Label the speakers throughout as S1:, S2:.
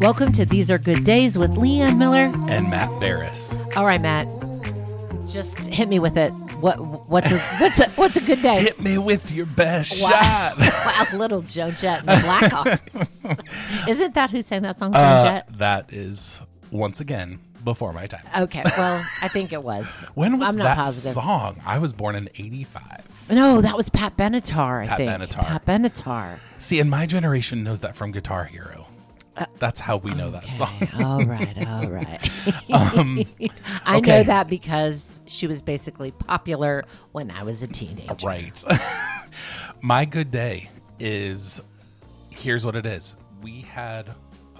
S1: Welcome to These Are Good Days with Leanne Miller.
S2: and Matt Barris.
S1: All right, Matt, just hit me with it. What what's a what's a what's a good day?
S2: Hit me with your best
S1: Wow.
S2: shot.
S1: wow, little Joan Jett and the Black Arts. Isn't that who sang that song, Joan
S2: Uh,
S1: Jett?
S2: that is once again before my time.
S1: Okay, well, I think it was.
S2: When was
S1: I'm not
S2: that
S1: positive.
S2: song? I was born in '85.
S1: No, that was Pat Benatar. I
S2: Pat
S1: think
S2: Benatar.
S1: Pat Benatar.
S2: See, and my generation knows that from Guitar Hero.
S1: Uh,
S2: That's how we know that song. Um,
S1: Okay, all right, all right. I know
S2: okay.
S1: that because she was basically popular when I was a teenager.
S2: Right. My good day is here's what it is. We had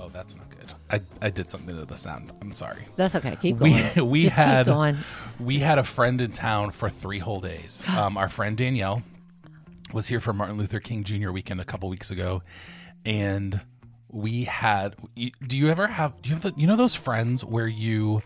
S2: oh that's not good. I, I did something to the sound. I'm sorry.
S1: That's okay. Keep going.
S2: We we
S1: Just
S2: had
S1: keep going.
S2: we had a friend in town for three whole days. Um, our friend Danielle was here for Martin Luther King Jr. weekend a couple weeks ago, and we had. you- Do you ever have? Do you have the, you know those friends where you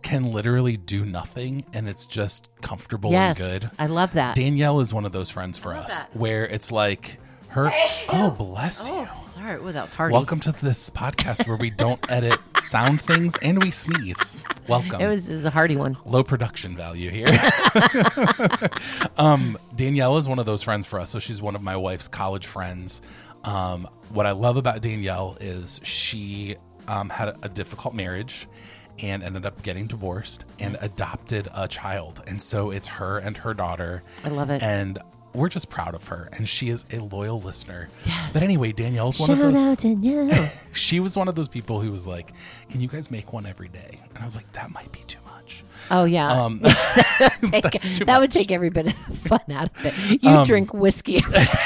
S2: can literally do nothing and it's just comfortable
S1: Yes,
S2: and good?
S1: I love that.
S2: Danielle is one of those friends for us where it's like her. Oh, bless you.
S1: Oh, sorry. Oh, that was hard.
S2: Welcome to this podcast where we don't edit sound things and we sneeze. Welcome.
S1: It was it was a hardy one.
S2: low production value here. um, Danielle is one of those friends for us. So she's one of my wife's college friends. Um, what I love about Danielle is she um, had a difficult marriage and ended up getting divorced and adopted a child. And so it's her and her daughter.
S1: I love it.
S2: And we're just proud of her. And she is a loyal listener.
S1: Yes.
S2: But anyway, Danielle's one
S1: Shout
S2: of those
S1: out to you.
S2: she was one of those people who was like, "Can you guys make one every day?" And I was like, "That might be too much."
S1: Oh yeah,
S2: Um,
S1: Take-
S2: that's too
S1: that would
S2: much. Um,
S1: take every bit of the fun out of it. You drink whiskey.
S2: that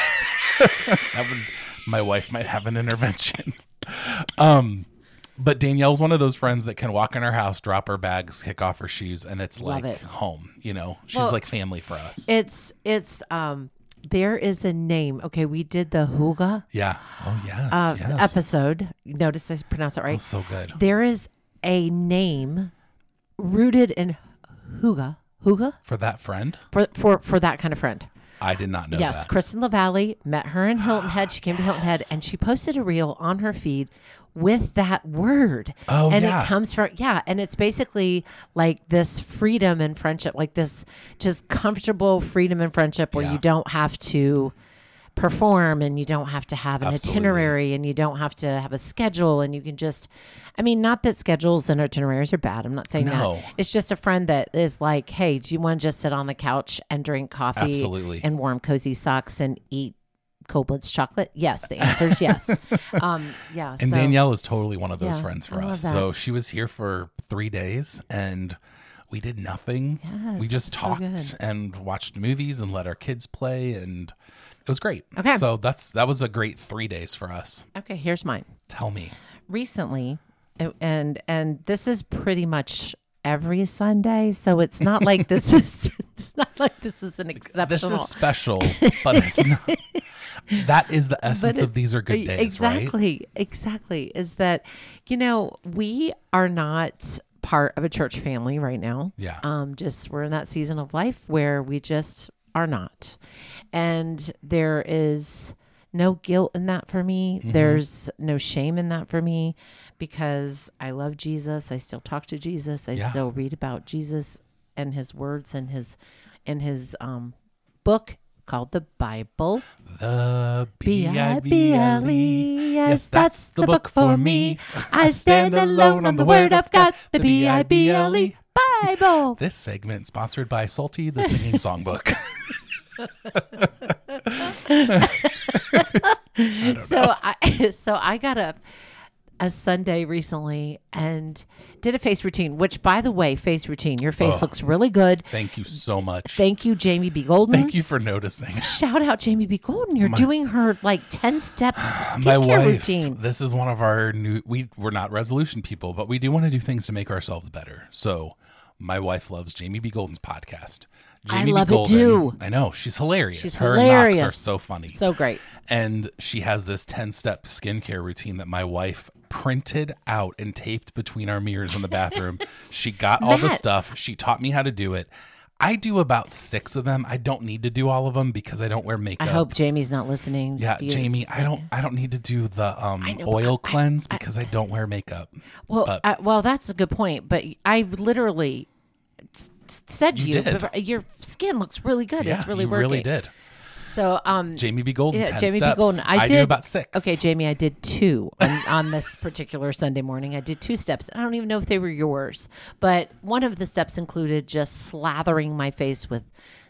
S2: would, my wife might have an intervention. Um, but Danielle's one of those friends that can walk in her house, drop her bags, kick off her shoes, and it's
S1: Love
S2: like
S1: it.
S2: home. You know, she's
S1: Well,
S2: like family for us.
S1: it's it's um. There is a name. Okay, we did the Huga
S2: yeah. Oh yes.
S1: uh,
S2: yes.
S1: episode. Notice I pronounced it right.
S2: So good.
S1: There is a name rooted in Huga Huga
S2: For that friend,
S1: for for for that kind of friend.
S2: I did not know
S1: Yes,
S2: that.
S1: Kristen LaValle met her in Hilton Head. She came to Hilton Head and she posted a reel on her feed with that word.
S2: Oh,
S1: and
S2: yeah.
S1: it comes from yeah, and it's basically like this freedom and friendship, like this just comfortable freedom and friendship where
S2: Yeah.
S1: you don't have to perform and you don't have to have an
S2: Absolutely.
S1: itinerary and you don't have to have a schedule and you can just I mean not that schedules and itineraries are bad. I'm not saying
S2: No.
S1: that. It's just a friend that is like, "Hey, do you want to just sit on the couch and drink coffee?" coffee
S2: Absolutely.
S1: and warm cozy socks and eat Koblenz chocolate? Yes, the answer is yes. um, yeah.
S2: And
S1: so,
S2: Danielle is totally one of those
S1: Yeah,
S2: friends
S1: I
S2: for
S1: love
S2: us.
S1: that.
S2: So she was here for three days and we did nothing.
S1: Yes,
S2: we just
S1: that's so
S2: talked
S1: good.
S2: and watched movies and let our kids play and it was great.
S1: Okay.
S2: So that's that was a great three days for us.
S1: okay, here's mine.
S2: Tell me.
S1: Recently, a- and and this is pretty much every Sunday, so it's not like this is it's not like this is an
S2: This
S1: exceptional.
S2: is special, but it's not that is the essence of these are good days,
S1: E,
S2: right?
S1: exactly, exactly. Is that you know we are not part of a church family right now.
S2: Yeah.
S1: um, just we're in that season of life where we just are not. And there is no guilt in that for me.
S2: Mm-hmm.
S1: There's no shame in that for me because I love Jesus. I still talk to Jesus. I
S2: Yeah.
S1: still read about Jesus and his words and his and his um book called the Bible.
S2: The B I B L E.
S1: B-I-B-L-E.
S2: Yes, that's the book for me. I stand alone on the word of God. The B-I-B-L-E
S1: E Bible.
S2: This segment sponsored by Salty, the singing songbook.
S1: So I so I got up a Sunday recently and did a face routine, which by the way, face routine, your face looks really good.
S2: Thank you so much.
S1: Thank you, Jamie B. Golden.
S2: Thank you for noticing.
S1: Shout out Jamie B. Golden. You're doing her like 10 step skincare
S2: My wife.
S1: routine.
S2: This is one of our new. We we're not resolution people, but we do want to do things to make ourselves better. So, my wife loves Jamie B. Golden's podcast.
S1: I
S2: Jamie
S1: love it
S2: B. Golden,
S1: too.
S2: I know she's hilarious.
S1: She's
S2: Her
S1: hilarious.
S2: knocks are so funny.
S1: So great.
S2: and she has this ten-step skincare routine that my wife printed out and taped between our mirrors in the bathroom. she got all the
S1: Matt.
S2: stuff. She taught me how to do it. I do about six of them. I don't need to do all of them because I don't wear
S1: I
S2: makeup.
S1: hope Jamie's not listening.
S2: yeah,
S1: She is-
S2: Jamie, I don't. I don't need to do the um,
S1: know, but
S2: oil
S1: I-
S2: cleanse because I, don't wear makeup.
S1: Well,
S2: but-
S1: I, well, that's a good point. But I literally s- s- said to
S2: You
S1: you,
S2: did.
S1: before, your skin looks really good.
S2: Yeah,
S1: it's really
S2: you
S1: working.
S2: really did.
S1: So, um,
S2: Jamie B. Golden.
S1: Yeah,
S2: 10
S1: Jamie B.
S2: steps.
S1: Golden. I
S2: I, do
S1: did-
S2: about six.
S1: Okay, Jamie, I did two on, on this particular Sunday morning. I did two steps. I don't even know if they were yours, but one of the steps included just slathering my face with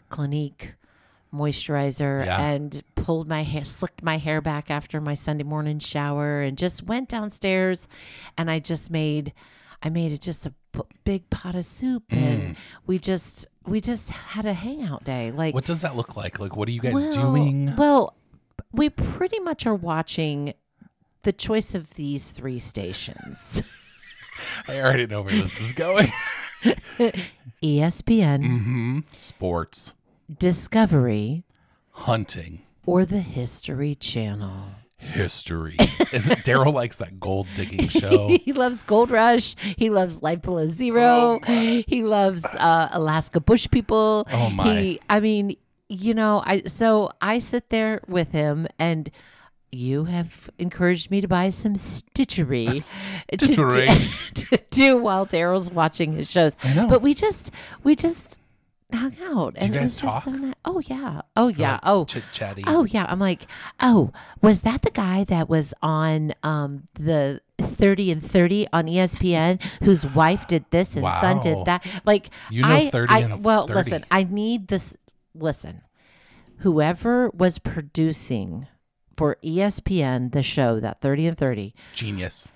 S1: Clinique moisturizer
S2: Yeah.
S1: and pulled my hair, slicked my hair back after my Sunday morning shower, and just went downstairs, and I just made, I made it just a b- big pot of soup,
S2: Mm.
S1: and we just we just had a hangout day. Like
S2: What does that look like? Like, what are you guys doing?
S1: well, we pretty much are watching the choice of these three stations
S2: I already know where this is going.
S1: E ESPN,
S2: Sports,
S1: Discovery,
S2: hunting,
S1: or the History Channel.
S2: history. Is it Daryl likes that gold digging show?
S1: He loves Gold Rush. He loves Life Below Zero. he loves uh, Alaska Bush People.
S2: Oh, my.
S1: He, I mean, you know, I so I sit there with him and. You have encouraged me to buy some stitchery, to do-
S2: Stitchery.
S1: to, do while Daryl's watching his shows.
S2: I know.
S1: But we just we just hung out, and it
S2: guys
S1: was just so
S2: talk?
S1: nice. Oh yeah, oh yeah,
S2: Like,
S1: oh
S2: chit chatty.
S1: Oh yeah, I'm like, oh, was that the guy that was on um the 30 and 30 on E ESPN whose wife did this and son
S2: Wow.
S1: did that? Like
S2: You know
S1: I,
S2: 30
S1: I
S2: and
S1: well,
S2: 30.
S1: listen, I need this listen. Whoever was producing for E ESPN the show that 30 and 30
S2: Genius.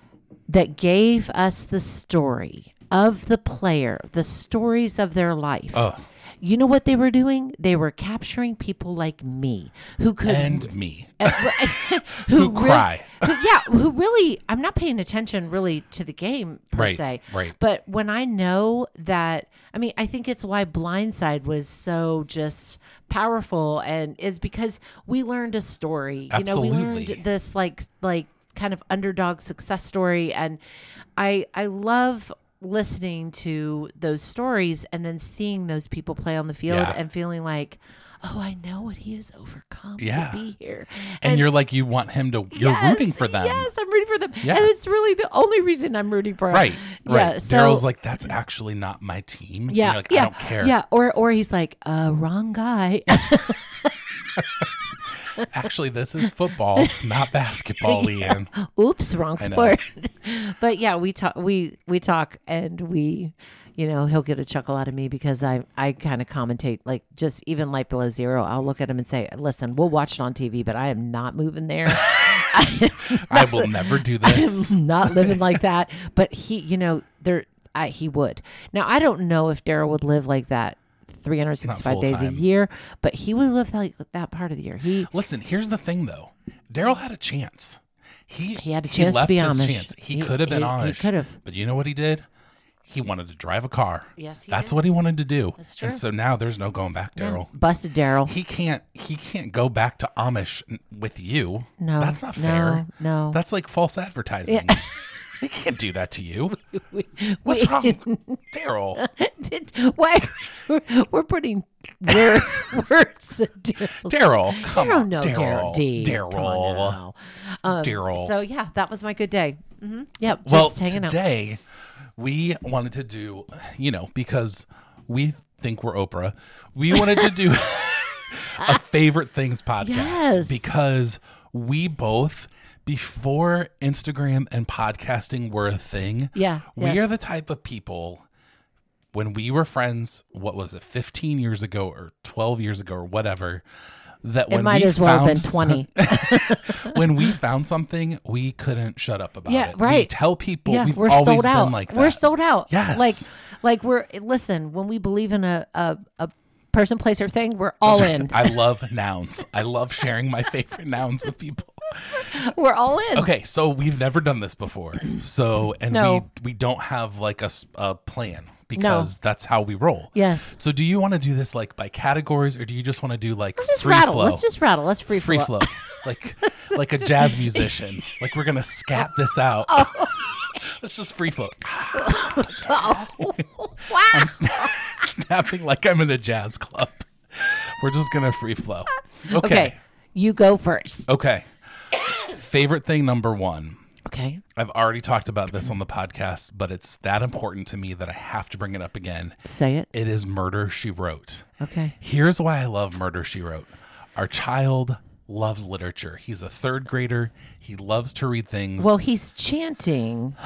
S1: that gave us the story of the player, the stories of their life.
S2: Ugh.
S1: You know what they were doing? They were capturing people like me who could
S2: And me.
S1: who,
S2: Who
S1: rea-
S2: cry.
S1: who- yeah, who really? I'm not paying attention really to the game per
S2: Right,
S1: se.
S2: right.
S1: But when I know that, I mean, I think it's why Blindside was so just powerful, and is because we learned a story. You know, we
S2: Absolutely.
S1: learned this like like kind of underdog success story, and I I love listening to those stories and then seeing those people play on the field
S2: Yeah.
S1: and feeling like. Oh, I know what he has overcome
S2: Yeah.
S1: to be here.
S2: And, you're like, you want him to, you're
S1: Yes,
S2: rooting for them.
S1: Yes, I'm rooting for them.
S2: Yeah.
S1: And it's really the only reason I'm rooting for them.
S2: Right. Right.
S1: Yeah. So,
S2: Daryl's like, that's actually not my team. And
S1: yeah,
S2: you're like,
S1: yeah,
S2: I don't care.
S1: Yeah. Or, or he's like, uh, wrong guy.
S2: Actually, this is football, not basketball, Leanne.
S1: Oops, wrong
S2: know.
S1: sport. but yeah, we talk, we, we talk and we, you know, he'll get a chuckle out of me because I, I kind of commentate like just even light below zero. I'll look at him and say, listen, we'll watch it on TV, but I am not moving there.
S2: I will never do this.
S1: not living like that. But he, you know, there I, he would. Now I don't know if Daryl would live like that 365 days a
S2: full-time.
S1: year, but he would live like that part of the year. He
S2: Listen, here's the thing though. Daryl had a chance. He
S1: He had a chance to
S2: left
S1: be
S2: his
S1: Amish.
S2: chance. He,
S1: He-
S2: could have been
S1: he- he
S2: Amish.
S1: could've.
S2: But you know what he did? He wanted to drive a car.
S1: Yes, he
S2: That's
S1: did.
S2: what he wanted to do.
S1: That's
S2: And
S1: true.
S2: so now there's no going back, Daryl.
S1: busted Daryl.
S2: He can't he can't go back to Amish n- with you.
S1: No,
S2: That's not
S1: no,
S2: fair.
S1: no.
S2: That's like false advertising. they can't do that to you.
S1: We-
S2: What's wrong? Daryl.
S1: Did, why we're putting wor- words into
S2: Daryl. Come
S1: Daryl,
S2: on.
S1: no, Daryl,
S2: Daryl.
S1: D. Come on
S2: Daryl.
S1: now. Um,
S2: Daryl.
S1: So yeah, that was my good day. Mm-hmm. Yep, just
S2: well
S1: hanging out.
S2: today we wanted to do you know because we think we're oprah we wanted to do a favorite things podcast
S1: Yes.
S2: because we both before instagram and podcasting were a thing
S1: Yeah,
S2: we
S1: yes.
S2: are the type of people when we were friends what was it 15 years ago or 12 years ago or whatever that
S1: It
S2: when
S1: might
S2: we
S1: as well have been
S2: found some-
S1: 20.
S2: when we found something, we couldn't shut up about
S1: Yeah,
S2: it. We
S1: right.
S2: tell people
S1: yeah,
S2: we've
S1: we're
S2: always
S1: sold
S2: been
S1: out.
S2: like that.
S1: We're sold out.
S2: Yes.
S1: Like like we're listen, when we believe in a a, a person, place or thing, we're all in.
S2: I love nouns. I love sharing my favorite nouns with people.
S1: we're all in.
S2: Okay, so we've never done this before. So, and
S1: No.
S2: we we don't have like a, s- a plan because that's how we roll.
S1: Yes.
S2: So, do you want to do this like by categories, or do you just want to do like
S1: Let's just
S2: free
S1: rattle.
S2: flow?
S1: Let's just rattle. Let's free,
S2: free flow, like like a jazz musician. Like we're gonna scat this out.
S1: Oh.
S2: Let's just free flow.
S1: Oh, Wow.
S2: snapping like I'm in a jazz club. We're just gonna free flow.
S1: Okay.
S2: Okay.
S1: You go first.
S2: Okay. Favorite thing number one.
S1: Okay.
S2: I've already talked about this on the podcast, but it's that important to me that I have to bring it up again.
S1: Say it.
S2: It is Murder She Wrote.
S1: Okay.
S2: Here's why I love Murder She Wrote. Our child loves literature. He's a third grader. He loves to read things.
S1: Well, he's chanting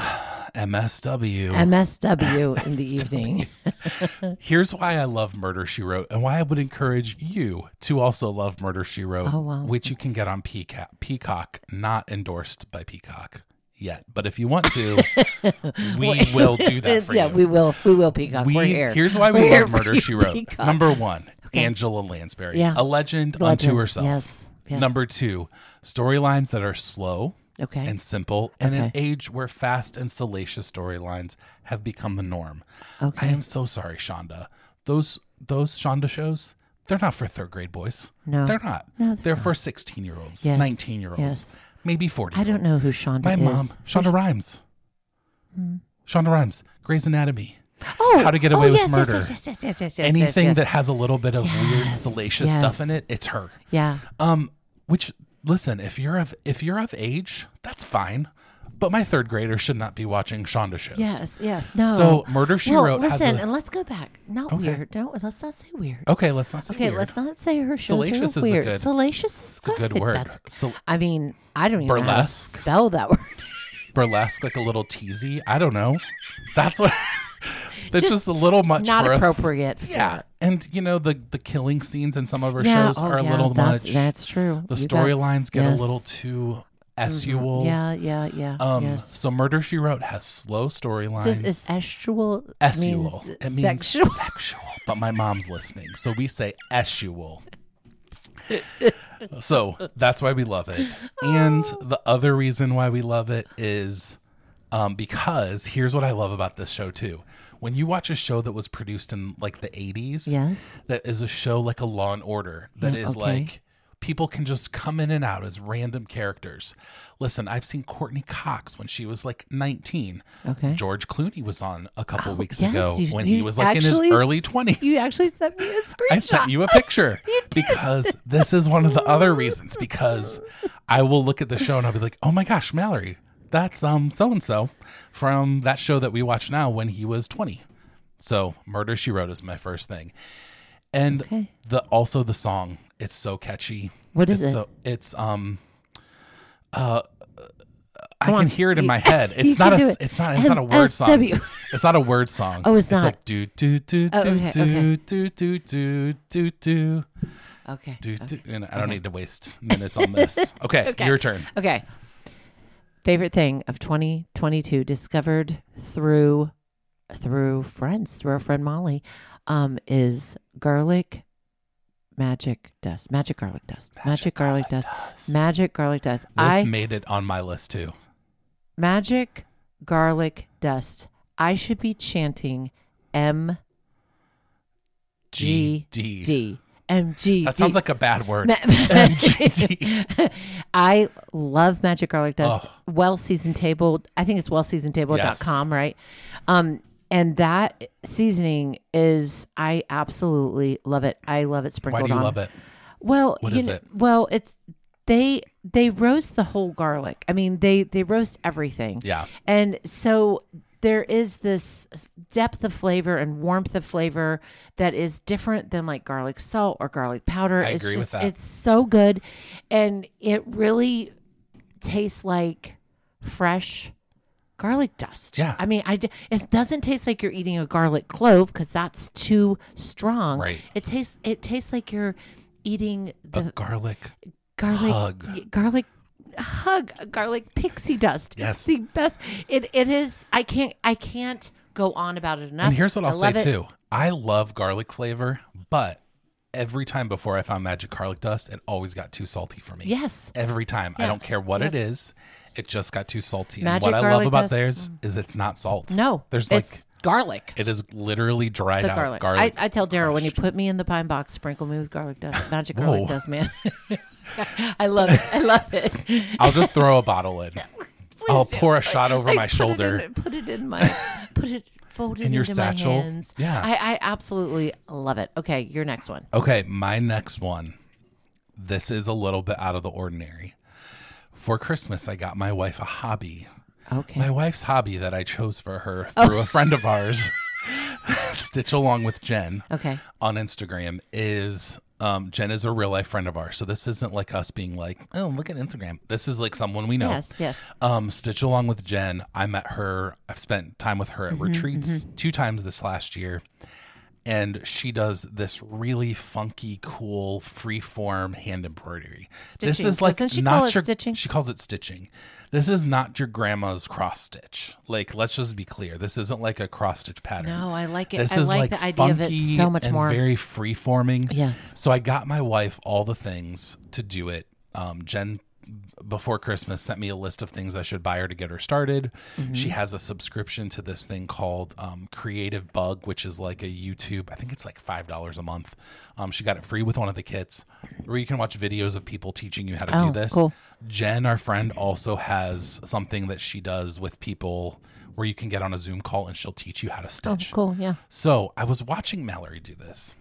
S2: MSW.
S1: MSW in the evening.
S2: Here's why I love Murder She Wrote and why I would encourage you to also love Murder She Wrote,
S1: Oh, wow.
S2: which you can get on Peacock, Peacock, not endorsed by Peacock yet. But if you want to, we will do that for
S1: yeah,
S2: you.
S1: we will. We will peacock.
S2: We-
S1: We're here.
S2: Here's why we
S1: We're
S2: love Murder She Wrote.
S1: peacock.
S2: Number one, Angela Lansbury,
S1: Yeah.
S2: a legend,
S1: Legend.
S2: unto herself.
S1: Yes, yes.
S2: Number two, storylines that are slow
S1: Okay.
S2: and simple in an
S1: Okay.
S2: age where fast and salacious storylines have become the norm. I am so sorry, Shonda. Those those Shonda shows, they're not for third grade boys.
S1: No.
S2: They're not.
S1: No,
S2: they're for sixteen year olds,
S1: Yes.
S2: nineteen year olds,
S1: Yes.
S2: maybe forty.
S1: I don't know who Shonda
S2: My
S1: is. Hmm.
S2: mom, Shonda Rhimes. Shonda Rhimes, Grey's Anatomy.
S1: Oh,
S2: How to Get
S1: oh,
S2: Away with
S1: yes,
S2: Murder.
S1: Yes, yes, yes, yes, yes, yes.
S2: Anything
S1: yes, yes.
S2: that has a little bit of weird,
S1: Yes.
S2: salacious
S1: Yes.
S2: stuff in it, it's her.
S1: Yeah.
S2: Um, which listen, if you're of if you're of age, that's fine. But my third grader should not be watching Shonda shows.
S1: Yes. Yes. No.
S2: So Murder She
S1: Oh. well,
S2: Wrote has
S1: Listen,
S2: a-
S1: and let's go back. Not weird. Don't let's not say weird.
S2: Okay, let's not say
S1: Okay,
S2: weird.
S1: let's not say her shows
S2: Salacious
S1: are
S2: is a
S1: weird.
S2: good-
S1: Salacious is
S2: it's a good word.
S1: That's-
S2: Sal-
S1: I mean, I don't even know how to
S2: Burlesque.
S1: spell that word.
S2: burlesque, like a little teasy. I don't know. That's what. that's just,
S1: Just
S2: a little much.
S1: Not
S2: for a-
S1: appropriate. for-
S2: yeah, and you know the the killing scenes in some of her
S1: Yeah,
S2: shows
S1: oh,
S2: are a
S1: yeah,
S2: little
S1: that's,
S2: much.
S1: That's true.
S2: the
S1: You got-
S2: storylines get
S1: yes. Mm-hmm.
S2: a little too essual.
S1: Yeah, yeah, yeah.
S2: Um.
S1: yes.
S2: So Murder She Wrote has slow
S1: This
S2: storylines.
S1: is esual.
S2: essual.
S1: Means
S2: it means
S1: sexual.
S2: sexual, But my mom's listening, so we say essual. so that's why we love it. And the other reason why we love it is um, because here's what I love about this show too. When you watch a show that was produced in like the 80s,
S1: Yes.
S2: that is a show like a Law and Order that is
S1: Mm, okay.
S2: like people can just come in and out as random characters. Listen, I've seen Courtney Cox when she was like 19.
S1: Okay. Oh,
S2: George Clooney was on a couple weeks
S1: Yes,
S2: ago
S1: you-
S2: when
S1: you
S2: he was like in his
S1: actually
S2: early
S1: s-
S2: 20s.
S1: You actually sent me a screenshot.
S2: I sent you a picture because this is one of the other reasons because I will look at the show and I'll be like, "Oh my gosh, Mallory, that's um so and so from that show that we watch now when he was 20." So, Murder She Wrote is my first thing. And
S1: Okay.
S2: the also the song, it's so catchy.
S1: What is
S2: it's
S1: it?
S2: So, it's um uh I
S1: Come
S2: can
S1: on.
S2: hear it in
S1: You-
S2: my head.
S1: you
S2: It's
S1: can
S2: not a
S1: do
S2: s-
S1: it.
S2: it's not it's not a word song.
S1: MSW.
S2: It's not a word song.
S1: Oh, it's not.
S2: like do do do
S1: Oh,
S2: do
S1: okay, okay.
S2: do do do do do do
S1: Okay.
S2: do do. And I don't need to waste minutes on this. Okay,
S1: Okay.
S2: your turn.
S1: Okay. Favorite thing of 2022 discovered through through friends, through our friend Molly, um, is garlic magic dust. Magic garlic dust. Magic, garlic, dust. Magic garlic dust.
S2: This
S1: I
S2: made it on my list too.
S1: magic garlic dust. I should be chanting M
S2: G D.
S1: D M G.
S2: That sounds like a bad word.
S1: Ma-
S2: MGD.
S1: I love Magic Garlic Dust.
S2: Ugh.
S1: Well seasoned table. I think it's wellseasonedtable.com, right? Um, and that seasoning is I absolutely love it. I love it
S2: Why
S1: sprinkled
S2: do you
S1: on.
S2: love it?
S1: Well,
S2: What
S1: you
S2: is
S1: kn-
S2: it?
S1: Well, it's they they roast the whole garlic. I mean, they they roast everything.
S2: Yeah.
S1: And so there is this depth of flavor and warmth of flavor that is different than like garlic salt or garlic powder.
S2: I
S1: it's
S2: agree with
S1: just
S2: that.
S1: it's so good and it really tastes like fresh garlic dust.
S2: Yeah.
S1: I mean, I d- it doesn't taste like you're eating a garlic clove cuz that's too strong.
S2: Right.
S1: It tastes it tastes like you're eating the
S2: A garlic.
S1: garlic
S2: Hug.
S1: y- garlic hug garlic pixie dust
S2: Yes.
S1: it's the best it it is i can't i can't go on about it enough
S2: And here's what
S1: I
S2: I'll say
S1: love it.
S2: too. I love garlic flavor, but every time before I found magic garlic dust, it always got too salty for me.
S1: yes
S2: Every time. I don't care what it is. It just got too salty.
S1: Magic
S2: and what I love
S1: garlic
S2: about
S1: dust- mm.
S2: theirs is it's not salt.
S1: no
S2: There's like
S1: it's garlic
S2: it is literally dried
S1: the
S2: out
S1: garlic,
S2: garlic.
S1: I, I tell daryl when you put me in the pine box sprinkle me with garlic dust magic
S2: Whoa.
S1: garlic dust man i love it i love it
S2: will just throw a bottle in. I'll
S1: Please do.
S2: pour a shot over
S1: Like,
S2: my
S1: put it in-
S2: shoulder.
S1: put it in my put it folded
S2: in your
S1: into
S2: satchel.
S1: My hands.
S2: Yeah.
S1: I, I absolutely love it. Okay, your next one.
S2: Okay, my next one. This is a little bit out of the ordinary. For Christmas, I got my wife a hobby.
S1: Okay.
S2: My wife's hobby that I chose for her
S1: Oh.
S2: through a friend of ours, Stitch Along with Jen
S1: okay.
S2: on Instagram, is um, Jen is a real life friend of ours. So this isn't like us being like, oh, look at Instagram. This is like someone we know.
S1: Yes. Yes.
S2: Um, Stitch Along with Jen, I met her. I've spent time with her
S1: Mm-hmm,
S2: at retreats two times this last year. And she does this really funky, cool, freeform hand embroidery. This
S1: Stitching.
S2: is like
S1: Doesn't she
S2: not
S1: call it
S2: your
S1: stitching?
S2: She calls it stitching. This is not your grandma's cross stitch. Like, let's just be clear. This isn't like a cross stitch pattern.
S1: No, I like it.
S2: This
S1: I
S2: is
S1: like, the idea of it
S2: funky
S1: so much
S2: and
S1: more.
S2: Very free forming.
S1: Yes.
S2: So I got my wife all the things to do it. Um, Jen before Christmas sent me a list of things I should buy her to get her started.
S1: Mm-hmm.
S2: She has a subscription to this thing called um, Creative Bug, which is like a YouTube. I think it's like five dollars a month. Um, she got it free with one of the kits, where you can watch videos of people teaching you how to
S1: Oh,
S2: do this.
S1: cool.
S2: Jen, our friend, also has something that she does with people where you can get on a Zoom call and she'll teach you how to
S1: oh,
S2: stitch.
S1: cool. Yeah.
S2: So I was watching Mallory do this,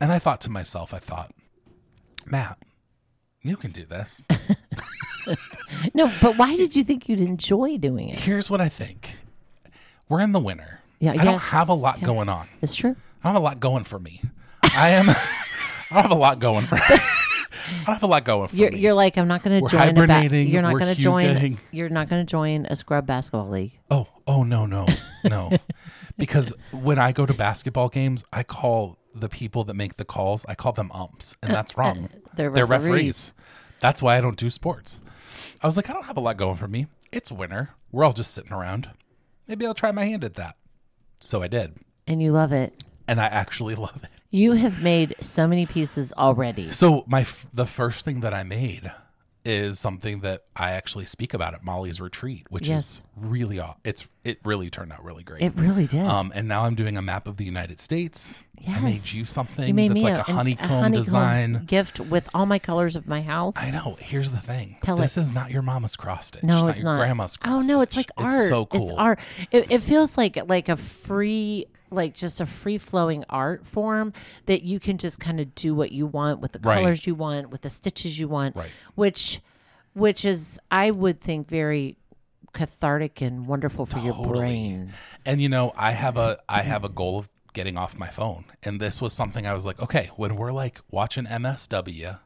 S2: and I thought to myself, I thought, Matt, you can do this.
S1: No, but why did you think you'd enjoy doing it?
S2: Here's what I think we're in the winter.
S1: Yeah,
S2: I don't
S1: yes,
S2: have a lot
S1: yes.
S2: going on.
S1: It's true.
S2: I don't have a lot going for me. I am. I don't have a lot going for. I don't have a lot going for
S1: You're,
S2: me.
S1: you're like I'm not going to
S2: We're
S1: join. A ba-
S2: hibernating,
S1: you're not
S2: we're
S1: going to join.
S2: hugoing.
S1: You're not going to join a scrub basketball league.
S2: Oh, oh no, no, no. because when I go to basketball games, I call the people that make the calls, I call them umps, and that's wrong.
S1: they're
S2: they're
S1: referees.
S2: referees. That's why I don't do sports. I was like, I don't have a lot going for me. It's winter. We're all just sitting around. Maybe I'll try my hand at that. So I did.
S1: And you love it.
S2: And I actually love it.
S1: You have made so many pieces already.
S2: So my f- the first thing that I made is something that I actually speak about at Molly's retreat, which
S1: Yes.
S2: is really aw- it's it really turned out really great.
S1: It really did.
S2: Um, and now I'm doing a map of the United States. I made
S1: Yes.
S2: you something
S1: you made
S2: that's
S1: me a,
S2: like a,
S1: an-
S2: honeycomb,
S1: honeycomb
S2: design.
S1: gift with all my colors of my house.
S2: I know. Here's the thing.
S1: Tell
S2: this is not your mama's cross stitch.
S1: no,
S2: not
S1: it's
S2: your
S1: not
S2: grandma's
S1: Oh
S2: cross
S1: no, it's
S2: stitch.
S1: like art.
S2: It's so cool.
S1: It's art. It, it feels like like a free, like just a free flowing art form that you can just kind of do what you want with the
S2: Right.
S1: colors you want, with the stitches you want,
S2: Right.
S1: which, which is I would think very cathartic and wonderful for your brain.
S2: And you know, I have a I have a goal of getting off my phone. And this was something I was like, okay, when we're like watching MSW,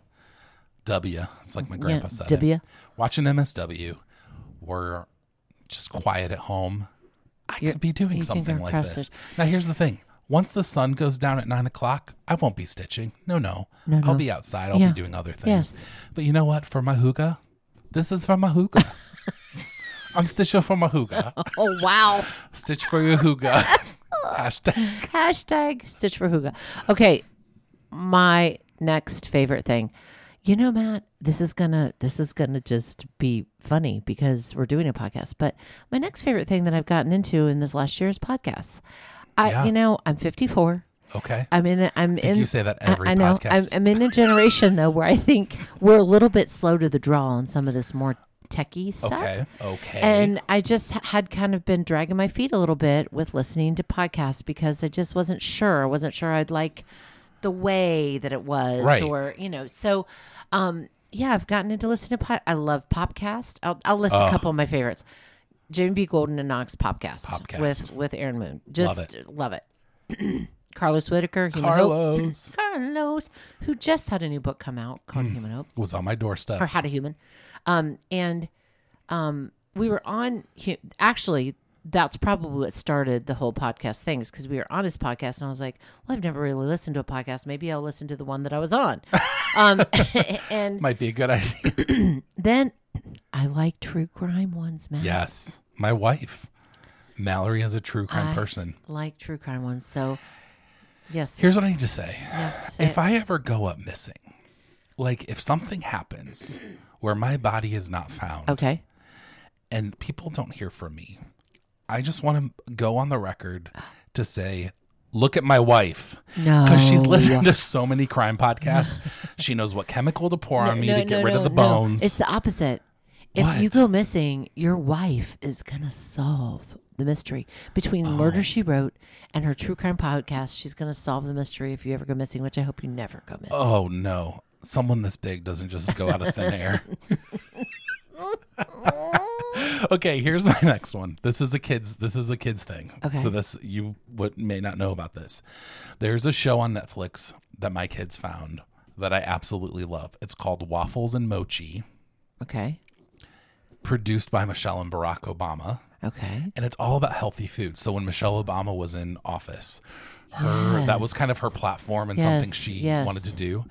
S2: W, it's like my grandpa said. it.
S1: W.
S2: Watching MSW, we're just quiet at home. I could be
S1: you
S2: doing
S1: can
S2: something
S1: go
S2: like
S1: across
S2: this.
S1: it.
S2: Now here's the thing. Once the sun goes down at nine o'clock, I won't be stitching. No, no. I'll be outside. I'll
S1: Yeah.
S2: be doing other things.
S1: Yes.
S2: But you know what? For my hookah, this is for my hookah. I'm stitching for my hookah.
S1: Oh wow.
S2: Stitch for your hookah. Hashtag.
S1: Hashtag Stitch for Huga. Okay, my next favorite thing. You know, Matt, this is gonna this is gonna just be funny because we're doing a podcast. But my next favorite thing that I've gotten into in this last year is podcasts. I,
S2: Yeah.
S1: you know, I'm 54.
S2: Okay.
S1: I'm in. A, I'm in.
S2: you say that
S1: I-
S2: every
S1: I, know.
S2: podcast.
S1: I'm, I'm in a generation though where I think we're a little bit slow to the draw on some of this more techie stuff.
S2: Okay. Okay.
S1: And I just had kind of been dragging my feet a little bit with listening to podcasts because I just wasn't sure. I wasn't sure I'd like the way that it was,
S2: Right.
S1: or you know. So, um, yeah, I've gotten into listening to pod. I love Popcast. I'll, I'll list a couple of my favorites: Jamie B. Golden and Knox Popcast,
S2: Popcast.
S1: with with Aaron Moon. Just love it.
S2: it.
S1: Carlos Whitaker, Human Hope.
S2: Carlos
S1: Carlos, who just had a new book come out called
S2: Hmm.
S1: Human Hope
S2: was on my doorstep.
S1: or had a human. Um, and um, we were on, hu- actually, that's probably what started the whole podcast things because we were on his podcast and I was like, well, I've never really listened to a podcast. Maybe I'll listen to the one that I was on. um, and
S2: Might be a good idea.
S1: then I like true crime ones, man.
S2: yes. My wife, Mallory, is a true crime
S1: I-
S2: person.
S1: Like true crime ones. So, yes.
S2: Here's what I need to say.
S1: yeah, say
S2: If
S1: it.
S2: I ever go up missing, like if something happens where my body is not found
S1: okay.
S2: and people don't hear from me, I just want to go on the record to say, look at my wife.
S1: No.
S2: because she's listened to so many crime podcasts. she knows what chemical to pour on me to get rid of the
S1: no.
S2: bones.
S1: It's the opposite. If you
S2: What?
S1: go missing, your wife is gonna solve the mystery
S2: Oh.
S1: between Murder She Wrote and her true crime podcast. She's gonna solve the mystery if you ever go missing, which I hope you never go missing.
S2: Oh no. Someone this big doesn't just go out of thin air. okay, here's my next one. This is a kids this is a kids thing.
S1: Okay.
S2: So this you would may not know about this. There's a show on Netflix that my kids found that I absolutely love. It's called Waffles and Mochi,
S1: Okay,
S2: produced by Michelle and Barack Obama.
S1: okay,
S2: and it's all about healthy food. So when Michelle Obama was in office, her that was kind of her platform and something
S1: Yes,
S2: she
S1: yes.
S2: wanted to do,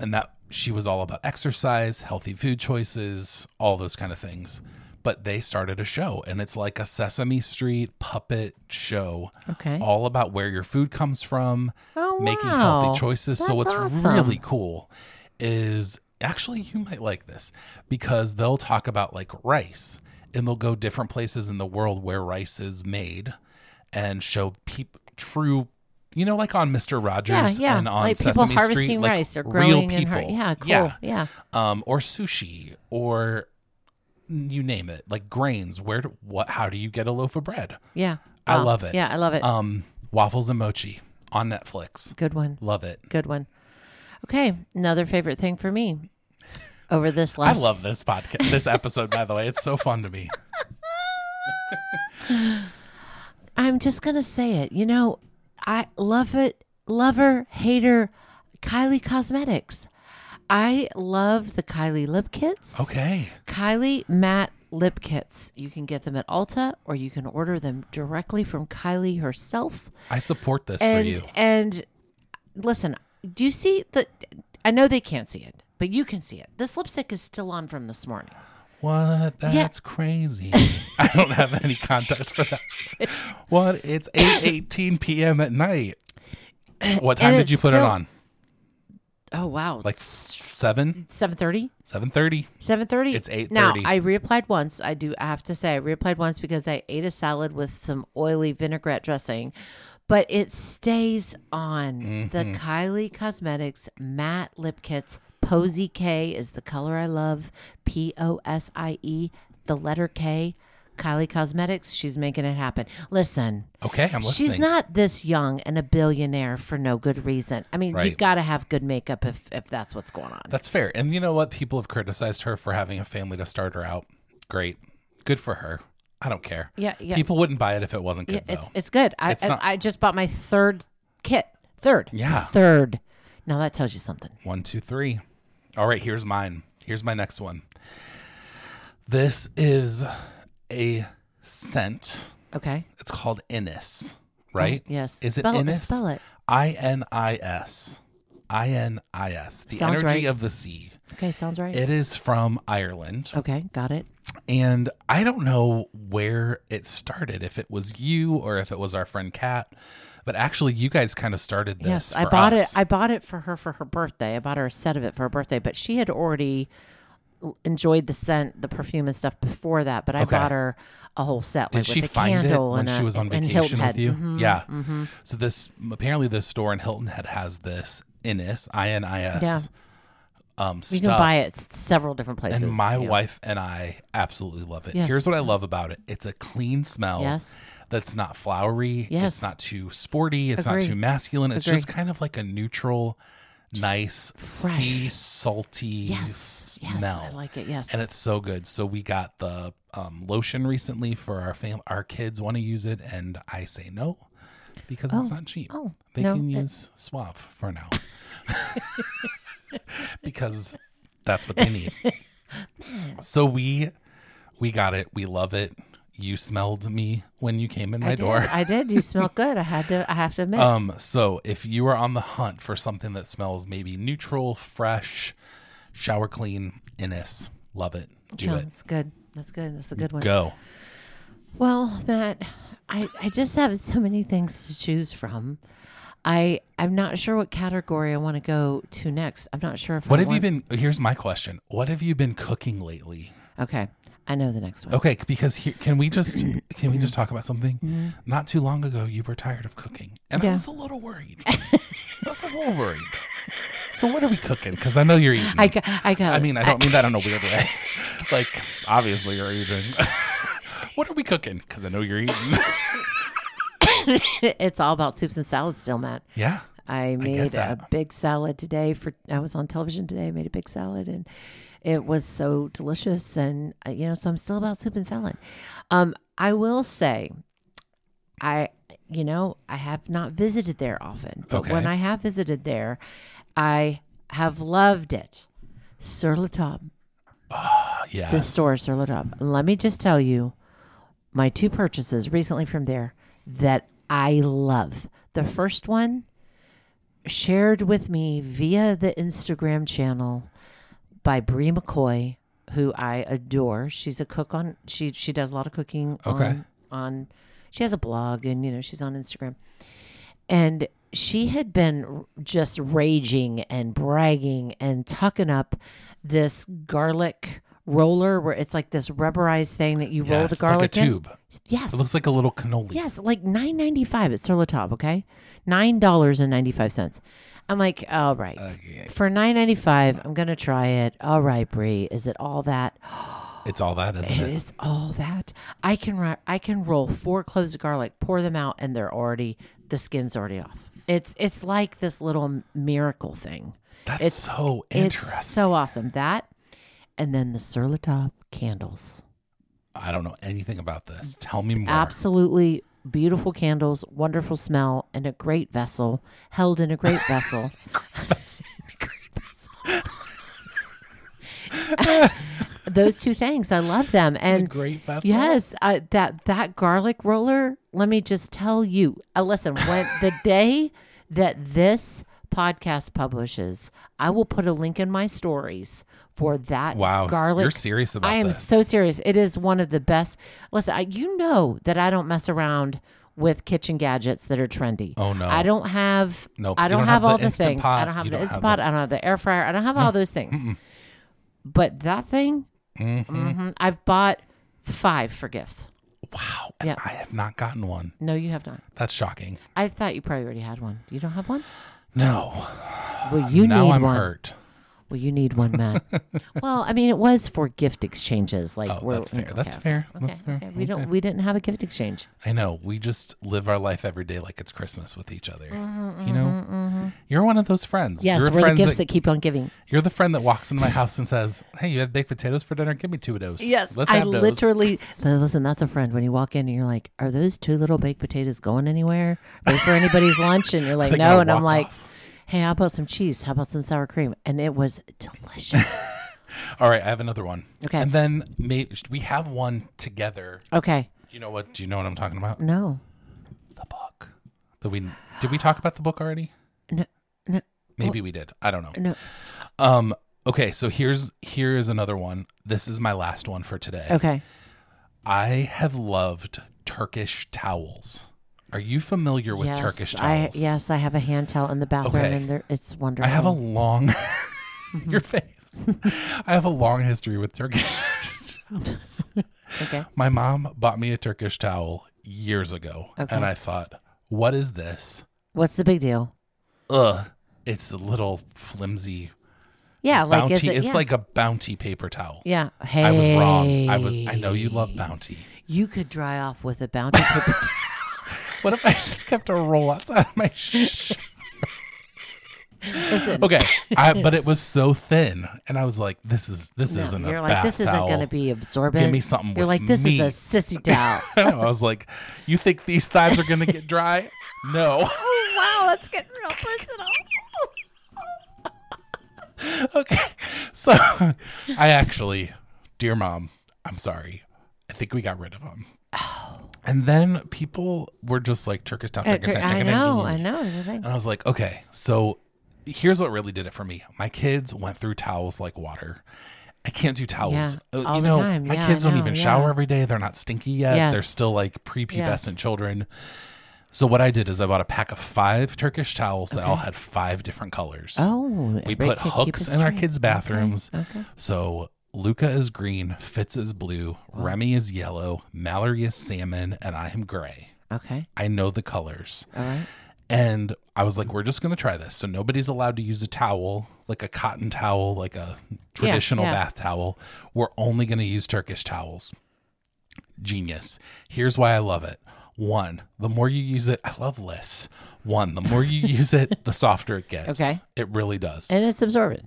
S2: and that she was all about exercise, healthy food choices, all those kind of things. But they started a show, and it's like a Sesame Street puppet show,
S1: okay.
S2: all about where your food comes from,
S1: Oh,
S2: making
S1: wow.
S2: healthy choices. so
S1: That's
S2: what's
S1: awesome.
S2: really cool is actually you might like this because they'll talk about like rice and they'll go different places in the world where rice is made and show peop true you know like on Mr. Rogers
S1: yeah, yeah.
S2: and on
S1: like people
S2: Sesame
S1: harvesting
S2: Street like,
S1: rice or
S2: real
S1: growing
S2: people
S1: in her. Yeah, cool. Yeah.
S2: yeah um, or sushi or you name it like grains where do, what how do you get a loaf of bread
S1: Yeah.
S2: I
S1: Wow.
S2: love it.
S1: Yeah, I love it.
S2: um waffles and mochi on Netflix
S1: Good one.
S2: love it
S1: Good one. Okay. Another favorite thing for me over this
S2: I
S1: last
S2: love this podcast, this episode, by the way. It's so fun to me.
S1: I'm just gonna say it. You know, I love it. Lover, hater, Kylie Cosmetics. I love the Kylie lip kits.
S2: Okay.
S1: Kylie matte lip kits. You can get them at Ulta, or you can order them directly from Kylie herself.
S2: I support this
S1: and
S2: for you.
S1: and listen, do you see the? I know they can't see it, but you can see it. This lipstick is still on from this morning.
S2: What? That's crazy. I don't have any context for that. What? It's eight eighteen p.m. at night. What time did
S1: it's
S2: you put it
S1: still-
S2: on?
S1: Oh wow!
S2: Like 7?
S1: seven thirty.
S2: 7.30?
S1: Seven thirty.
S2: It's 8:30.
S1: Now I reapplied once. I do. I have to say, I reapplied once because I ate a salad with some oily vinaigrette dressing, but it stays on the
S2: Mm-hmm.
S1: Kylie Cosmetics matte lip kits. Posy K is the color I love. P O S I E. The letter K. Kylie Cosmetics. She's making it happen. Listen.
S2: Okay, I'm listening.
S1: She's not this young and a billionaire for no good reason. I mean, you
S2: Right.
S1: got to have good makeup if, if that's what's going on.
S2: That's fair. And you know what? People have criticized her for having a family to start her out. Great. Good for her. I don't care.
S1: Yeah, yeah.
S2: People wouldn't buy it if it wasn't good,
S1: It's
S2: though.
S1: it's good. I
S2: It's not-
S1: I, I just bought my third kit. Third.
S2: Yeah.
S1: Third. Now that tells you something.
S2: One, two, three. All right, here's mine. Here's my next one. This is a scent.
S1: Okay.
S2: It's called Innis, right?
S1: Oh, Yes.
S2: Is it
S1: spell,
S2: Innis?
S1: Spell it.
S2: I N I S. I N I S. The
S1: Sounds
S2: energy
S1: right.
S2: of the sea.
S1: Okay. Sounds right.
S2: It is from Ireland.
S1: okay. Got it.
S2: And I don't know where it started, if it was you or if it was our friend Kat, but actually, you guys kind of started this.
S1: Yes. I
S2: for
S1: bought
S2: us.
S1: it. I bought it for her for her birthday. I bought her a set of it for her birthday, but she had already l- enjoyed the scent, the perfume and stuff before that. But I
S2: Okay.
S1: bought her a whole set.
S2: Did
S1: like,
S2: she
S1: with a
S2: find it
S1: candle
S2: when
S1: and
S2: she
S1: a-
S2: was on
S1: and
S2: vacation
S1: Hilton mm-hmm,
S2: with
S1: Head.
S2: you? Yeah. So this apparently this store in Hilton Head has this Innis I N I S
S1: Yeah.
S2: um
S1: Mm-hmm. You
S2: stuff.
S1: can buy it s- several different places.
S2: And my
S1: Yeah.
S2: wife and I absolutely love it.
S1: Yes.
S2: Here's what I love about it: it's a clean smell.
S1: Yes.
S2: That's not flowery.
S1: Yes.
S2: It's not too sporty. It's not
S1: Agree.
S2: too masculine. It's
S1: Agree.
S2: just kind of like a neutral, nice, sea
S1: fresh.
S2: salty
S1: Yes. Yes.
S2: smell
S1: I like it. Yes.
S2: and it's so good. So we got the um, lotion recently for our fam. Our kids want to use it, and I say no because it's not cheap.
S1: oh,
S2: they
S1: no,
S2: can
S1: it-
S2: use Suave for now because that's what they need. So we we got it. We love it. You smelled me when you came in my
S1: I did.
S2: door.
S1: I did. You smell good. I had to. I have to admit.
S2: Um, so if you are on the hunt for something that smells maybe neutral, fresh, shower clean, Innis, love it. Do
S1: No,
S2: it.
S1: That's good. That's good. That's a good one.
S2: Go.
S1: Well, Matt, I, I just have so many things to choose from. I I'm not sure what category I want to go to next. I'm not sure if
S2: What
S1: I
S2: have you
S1: want-
S2: been? Here's my question. What have you been cooking lately?
S1: Okay, I know the next one.
S2: Okay, because here, can we just can we just talk about something? Not too long ago, you were tired of cooking, and I
S1: Yeah.
S2: was a little worried. I was a little worried. So what are we cooking? Because I know you're eating.
S1: I got, I got.
S2: I mean, I don't mean that in a weird way. like, obviously, you're eating. what are we cooking? Because I know you're eating.
S1: it's all about soups and salads still, Matt.
S2: yeah.
S1: I made a
S2: that.
S1: big salad today for I was on television today. I made a big salad and it was so delicious and uh, you know so I'm still about soup and salad. Um I will say I you know I have not visited there often. But
S2: Okay.
S1: when I have visited there, I have loved it. Sur le Top,
S2: Uh, yeah.
S1: the store Sur le Top. Let me just tell you my two purchases recently from there that I love. The first one shared with me via the Instagram channel by Bree McCoy, who I adore. She's a cook on she she does a lot of cooking
S2: Okay.
S1: on, on she has a blog and you know she's on Instagram. And she had been r- just raging and bragging and tucking up this garlic roller where it's like this rubberized thing that you roll
S2: Yes,
S1: the
S2: it's like
S1: garlic
S2: a
S1: in.
S2: tube.
S1: Yes.
S2: It looks like a little cannoli.
S1: Yes, like nine ninety five at Sur La Table, okay? Nine dollars and ninety five cents. I'm like, all right. For nine ninety five, I'm gonna try it. All right, Brie, is it all that?
S2: It's all that, isn't
S1: It
S2: it?
S1: is all that. I can ri- I can roll four cloves of garlic, pour them out, and they're already the skin's already off. It's it's like this little miracle thing.
S2: That's
S1: it's-
S2: so
S1: It's
S2: interesting.
S1: so awesome that, and then the Sur La Table candles.
S2: I don't know anything about this. Tell me more.
S1: absolutely beautiful candles, wonderful smell, and a great vessel held in a great vessel. Those two things, I love them. And
S2: Great vessel.
S1: yes, I, that that garlic roller. Let me just tell you. Uh, listen, when the day that this podcast publishes, I will put a link in my stories for that
S2: Wow.
S1: garlic
S2: You're serious about
S1: I am
S2: this.
S1: so serious. It is one of the best. Listen, I, you know that I don't mess around with kitchen gadgets that are trendy.
S2: Oh, no.
S1: I don't have.
S2: Nope.
S1: I
S2: You
S1: don't,
S2: don't
S1: have,
S2: have the
S1: all the,
S2: Instant
S1: things. I
S2: Pot.
S1: don't have
S2: You
S1: the
S2: don't have Mm.
S1: Instapot. I don't have the air fryer. I don't have all those things. But that thing,
S2: Mm-hmm.
S1: mhm, I've bought five for gifts.
S2: wow. And
S1: Yep.
S2: I have not gotten one.
S1: No, you have not.
S2: That's shocking.
S1: I thought you probably already had one. You don't have one.
S2: No.
S1: Well, you
S2: Uh, now
S1: need
S2: I'm
S1: one.
S2: hurt.
S1: Well, you need one, Matt. well, I mean, it was for gift exchanges. Like,
S2: Oh,
S1: we're,
S2: that's fair.
S1: okay,
S2: That's fair. That's
S1: okay,
S2: fair.
S1: okay. We don't. We didn't have a gift exchange.
S2: I know. We just live our life every day like it's Christmas with each other. you know, you're one of those friends.
S1: Mm-hmm, Yes,
S2: you're
S1: we're the
S2: friends
S1: gifts
S2: that,
S1: that, keep on giving.
S2: you're the friend that walks into my house and says, "Hey, you had baked potatoes for dinner. Give me two of those." let's
S1: I
S2: have those.
S1: literally listen. That's a friend. When you walk in and you're like, "Are those two little baked potatoes going anywhere? Are they for anybody's lunch?" And you're like,
S2: They're
S1: "No,"
S2: gonna
S1: and I'm
S2: walk
S1: like,
S2: off.
S1: "Hey, how about some cheese? How about some sour cream?" And it was delicious.
S2: All right, I have another one.
S1: Okay.
S2: and then maybe we have one together.
S1: okay,
S2: Do you know what? Do you know what I'm talking about?
S1: no,
S2: The book. Did we did we talk about the book already?
S1: no, no,
S2: Maybe we did. I don't know.
S1: no.
S2: Um. Okay. So here's here is another one. This is my last one for today.
S1: Okay,
S2: I have loved Turkish towels. Are you familiar with
S1: yes,
S2: Turkish
S1: I
S2: towels?
S1: yes, I have a hand towel in the bathroom,
S2: Okay.
S1: and there, it's wonderful.
S2: I have a long your face. I have a long history with Turkish towels.
S1: okay.
S2: My mom bought me a Turkish towel years ago, and I thought, "What is this?
S1: What's the big deal?
S2: Ugh, it's a little flimsy
S1: Yeah, like
S2: bounty.
S1: is it,
S2: it's
S1: yeah.
S2: like a bounty paper towel."
S1: yeah. Hey,
S2: I was wrong. I was. I know you love bounty.
S1: You could dry off with a bounty paper towel.
S2: What if I just kept a roll outside of my sh- Okay, I, but it was so thin, and I was like, "This is this
S1: No,
S2: isn't
S1: you're
S2: a
S1: like
S2: bath
S1: this
S2: towel."
S1: isn't going to be absorbent.
S2: Give me something
S1: You're
S2: with
S1: like this
S2: meat."
S1: is a sissy towel.
S2: I was like, "You think these thighs are going to get dry?" No.
S1: wow, that's getting real personal.
S2: okay, so I actually, dear mom, I'm sorry. I think we got rid of them.
S1: Oh.
S2: And then people were just like Turkish towel. Turkish towel,
S1: Uh, I
S2: Turkish towel,
S1: know, I know. it's a thing.
S2: And I was like, okay, so here's what really did it for me. My kids went through towels like water. I can't do towels.
S1: Yeah,
S2: Uh,
S1: all
S2: you
S1: the
S2: know,
S1: time.
S2: my
S1: Yeah, I
S2: kids don't
S1: know,
S2: even
S1: yeah.
S2: shower every day. They're not stinky yet.
S1: Yes.
S2: They're still like prepubescent children. So what I did is I bought a pack of five Turkish towels that all had five different colors.
S1: Oh,
S2: Uh, we
S1: every kid
S2: put
S1: keep
S2: hooks
S1: it
S2: in our
S1: straight.
S2: kids' bathrooms.
S1: Okay.
S2: So Luca is green, Fitz is blue, Remy is yellow, Mallory is salmon, and I am gray.
S1: Okay.
S2: I know the colors.
S1: All right.
S2: And I was like, we're just going to try this. So nobody's allowed to use a towel, like a cotton towel, like a traditional
S1: yeah.
S2: bath towel. We're only going to use Turkish towels. Genius. Here's why I love it. One, the more you use it, I love lists. One, the more you use it, the softer it gets.
S1: Okay.
S2: It really does.
S1: and it's absorbent.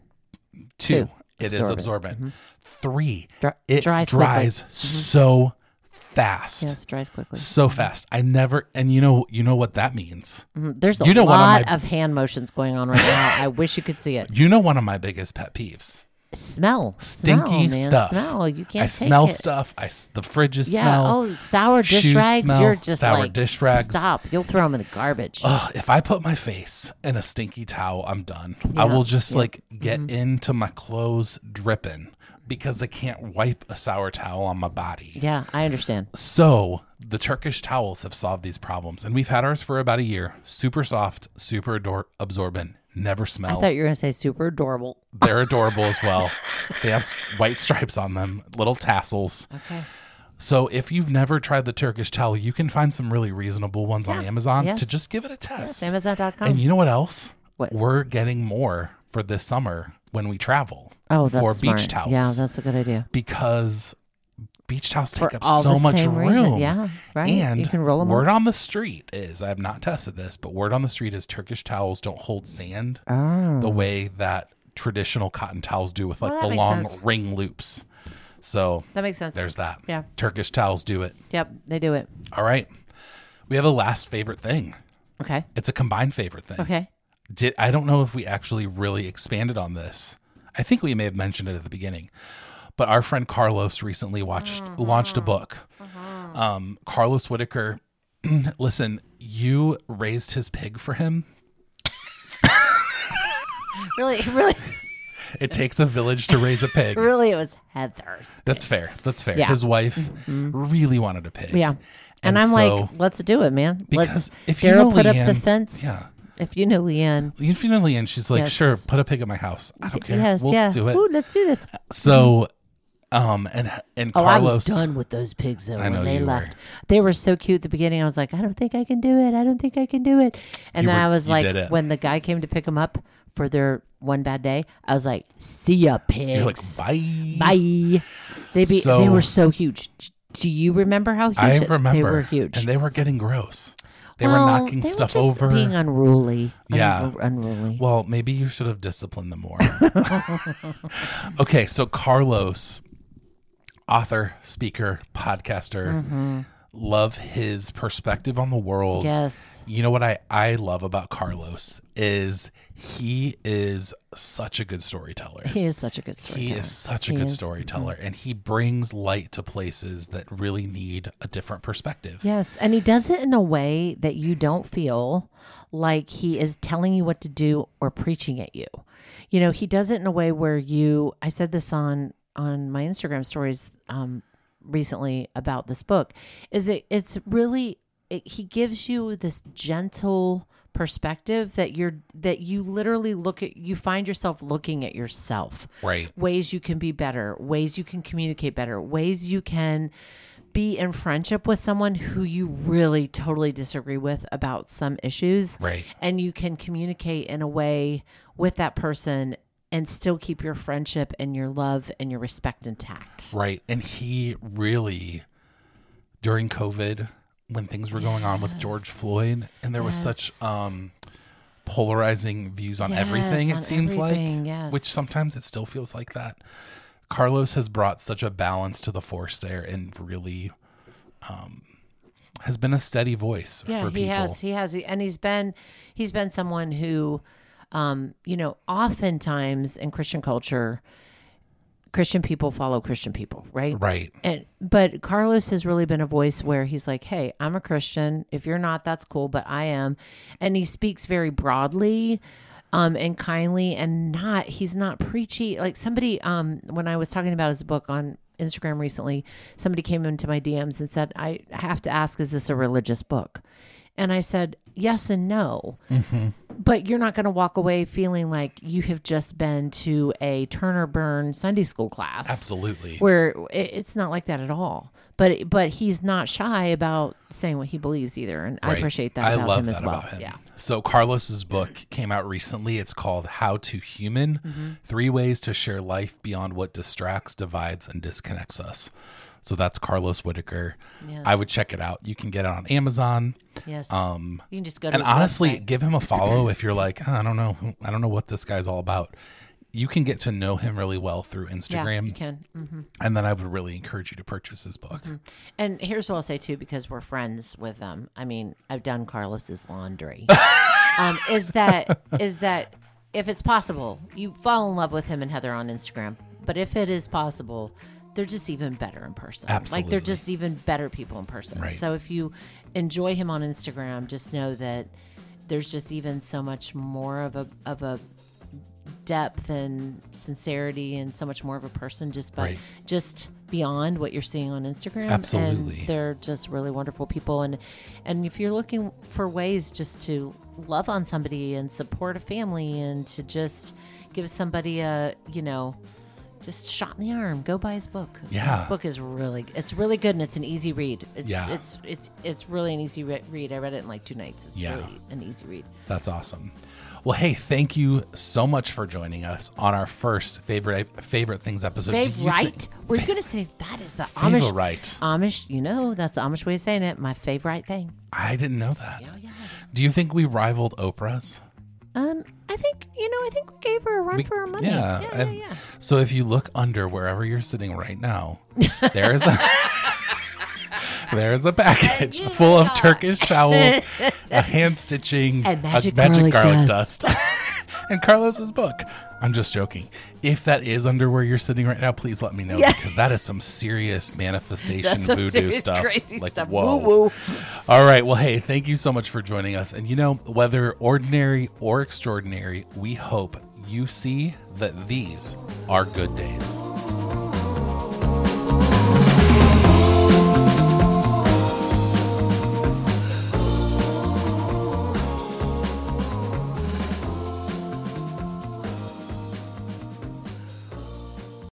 S2: Two,
S1: Two,
S2: it is absorbent.
S1: absorbent. Mm-hmm.
S2: Three,
S1: Dry-
S2: it
S1: dries
S2: dries,
S1: quickly.
S2: so fast.
S1: Yes, dries quickly.
S2: So fast. I never and you know you know what that means.
S1: Mhm. There's a
S2: You know what, on
S1: lot
S2: my-
S1: of hand motions going on right now. I wish you could see it.
S2: You know one of my biggest pet peeves.
S1: Smell,
S2: Stinky
S1: smell, man.
S2: stuff.
S1: Smell. You can't.
S2: I
S1: take
S2: smell
S1: it.
S2: stuff. I s- the fridges
S1: Yeah.
S2: smell.
S1: Oh, sour dish
S2: Shoes
S1: rags.
S2: smell,
S1: You're just
S2: sour
S1: like
S2: dish rags.
S1: stop. You'll throw them in the garbage.
S2: Ugh, if I put my face in a stinky towel, I'm done. I will just like get
S1: Mm-hmm.
S2: into my clothes dripping because I can't wipe a sour towel on my body.
S1: Yeah, I understand.
S2: So the Turkish towels have solved these problems, and we've had ours for about a year. Super soft, super ador- absorbent, never
S1: I
S2: smell.
S1: thought you were gonna say super adorable.
S2: They're adorable as well. They have s- white stripes on them, little tassels.
S1: Okay.
S2: So if you've never tried the Turkish towel, you can find some really reasonable ones on Amazon
S1: Yes.
S2: to just give it a test.
S1: Amazon.com.
S2: and you know what else?
S1: What?
S2: We're getting more for this summer when we travel.
S1: oh, that's
S2: for
S1: smart.
S2: beach towels.
S1: Yeah, that's a good idea.
S2: because beach towels
S1: For
S2: take up
S1: all
S2: so
S1: the
S2: much
S1: same
S2: room.
S1: reason. Yeah, right.
S2: And
S1: You can roll 'em
S2: word on the street is I have not tested this, but word on the street is Turkish towels don't hold sand
S1: Oh,
S2: the way that traditional cotton towels do with like
S1: that
S2: the
S1: makes
S2: long
S1: sense.
S2: ring loops. So
S1: that makes sense.
S2: there's that.
S1: Yeah.
S2: Turkish towels do it.
S1: Yep, they do it.
S2: All right. We have a last favorite thing.
S1: Okay.
S2: It's a combined favorite thing.
S1: Okay.
S2: Did I don't know if we actually really expanded on this. I think we may have mentioned it at the beginning. But our friend Carlos recently watched
S1: Mm-hmm.
S2: launched a book. Um, Carlos Whitaker, listen, you raised his pig for him.
S1: Really, really,
S2: It takes a village to raise a pig.
S1: really, it was Heather's.
S2: That's fair. That's fair.
S1: Yeah. Mm-hmm.
S2: His wife really wanted a pig.
S1: Yeah. And, I'm
S2: so-
S1: like, let's do it, man.
S2: Because
S1: let's
S2: if you
S1: Daryl
S2: know
S1: put up the
S2: Leanne-
S1: fence.
S2: yeah.
S1: If you know Leanne,
S2: You know, and she's like,
S1: Yes.
S2: sure, put a pig in my house. I don't care.
S1: yes,
S2: we'll
S1: yeah.
S2: do it.
S1: Ooh, let's do this.
S2: So, um, and and
S1: Oh, I was
S2: Carlos,
S1: done with those pigs though when
S2: know
S1: they
S2: you
S1: left. They were so cute at the beginning. I was like, I don't think I can do it. I don't think I can do it. And
S2: You
S1: then
S2: were-
S1: I was
S2: you did
S1: like,
S2: it.
S1: when the guy came to pick them up for their one bad day, I was like, see ya,
S2: you're like,
S1: pigs.
S2: bye.
S1: Bye. They be,
S2: So-
S1: they were so huge. Do you remember how huge
S2: I
S1: it-
S2: remember.
S1: they were? Huge.
S2: and they were getting gross. They
S1: Well,
S2: were knocking
S1: they were
S2: stuff
S1: just
S2: over.
S1: being unruly.
S2: Yeah.
S1: Unru- unruly.
S2: Well, maybe you should have disciplined them more. okay, so Carlos, author, speaker, podcaster,
S1: Mm-hmm.
S2: love his perspective on the world.
S1: yes.
S2: You know what I, I love about Carlos is he is such a good storyteller.
S1: He is such a good storyteller.
S2: He is such a good storyteller
S1: Mm-hmm.
S2: and he brings light to places that really need a different perspective.
S1: Yes, and he does it in a way that you don't feel like he is telling you what to do or preaching at you. You know, he does it in a way where you I said this on on my Instagram stories um recently about this book is it it's really it, he gives you this gentle perspective that you're that you literally look at you find yourself looking at yourself
S2: Right.
S1: ways you can be better, ways you can communicate better, ways you can be in friendship with someone who you really totally disagree with about some issues.
S2: Right.
S1: And you can communicate in a way with that person and still keep your friendship and your love and your respect intact.
S2: Right. And he really, during COVID, when things were going on with George Floyd, and there was such um, polarizing views on everything,
S1: Yes,
S2: it
S1: on
S2: seems
S1: everything,
S2: like,
S1: yes.
S2: which sometimes it still feels like that. Carlos has brought such a balance to the force there and really um, has been a steady voice
S1: yeah,
S2: for
S1: he
S2: people.
S1: has. He has, and he's been he's been someone who, um, you know, oftentimes in Christian culture, Christian people follow Christian people, right?
S2: Right.
S1: And but Carlos has really been a voice where he's like, "Hey, I'm a Christian. If you're not, that's cool, but I am." And he speaks very broadly um and kindly and not he's not preachy. Like somebody um when I was talking about his book on Instagram recently, somebody came into my DMs and said, "I have to ask is this a religious book?" And I said, "Yes and no." but you're not going to walk away feeling like you have just been to a Turner Burn Sunday school class.
S2: Absolutely.
S1: Where it, it's not like that at all. But but he's not shy about saying what he believes either, and I
S2: Right.
S1: appreciate that
S2: I
S1: about
S2: love
S1: him
S2: that
S1: as well.
S2: about him.
S1: Yeah.
S2: So Carlos's book came out recently. It's called How to Human:
S1: Mm-hmm.
S2: Three Ways to Share Life Beyond What Distracts, Divides, and Disconnects Us. So that's Carlos Whitaker. I would check it out. You can get it on Amazon.
S1: Yes.
S2: Um,
S1: you can just go to
S2: and
S1: his
S2: honestly,
S1: website.
S2: give him a follow if you're like, "Huh, I don't know, I don't know what this guy's all about. You can get to know him really well through
S1: yeah,
S2: Instagram,
S1: you can. hmm
S2: and then I would really encourage you to purchase his book.
S1: And here's what I'll say too, because we're friends with them. I mean, I've done Carlos's laundry. um, is that is that if it's possible, you fall in love with him and Heather on Instagram. But if it is possible, they're just even better in person. Like
S2: Absolutely.
S1: they're just even better people in person.
S2: Right.
S1: So if you enjoy him on Instagram, just know that there's just even so much more of a of a depth and sincerity and so much more of a person just by
S2: Right.
S1: just beyond what you're seeing on Instagram.
S2: Absolutely.
S1: And they're just really wonderful people and and if you're looking for ways just to love on somebody and support a family and to just give somebody a, you know, just a shot in the arm. Go buy his book.
S2: Yeah.
S1: his book is really it's really good and it's an easy read. It's,
S2: Yeah.
S1: it's it's it's really an easy re- read. I read it in like two nights. It's
S2: Yeah.
S1: really an easy read.
S2: That's awesome. Well, hey, thank you so much for joining us on our first favorite favorite things episode. Do
S1: Dave
S2: you
S1: Wright?
S2: thi-
S1: Were you gonna say that is the Amish
S2: favorite right?
S1: Amish, you know, that's the Amish way of saying it. My favorite thing.
S2: I didn't know that.
S1: Yeah, yeah.
S2: Do you think we rivaled Oprah's?
S1: Um, I think you know, I think we gave her a run for her money.
S2: Yeah.
S1: yeah,
S2: and
S1: yeah.
S2: So if you look under wherever you're sitting right now, there is a there is a package full of Turkish towels, a hand stitching,
S1: And magic garlic dust.
S2: and Carlos's book. I'm just joking. If that is under where you're sitting right now, please let me know because that is some serious manifestation
S1: some
S2: voodoo
S1: serious
S2: stuff.
S1: crazy
S2: like
S1: stuff.
S2: whoa.
S1: Woo-woo.
S2: All right. Well, hey, thank you so much for joining us. And you know, whether ordinary or extraordinary, we hope you see that these are good days.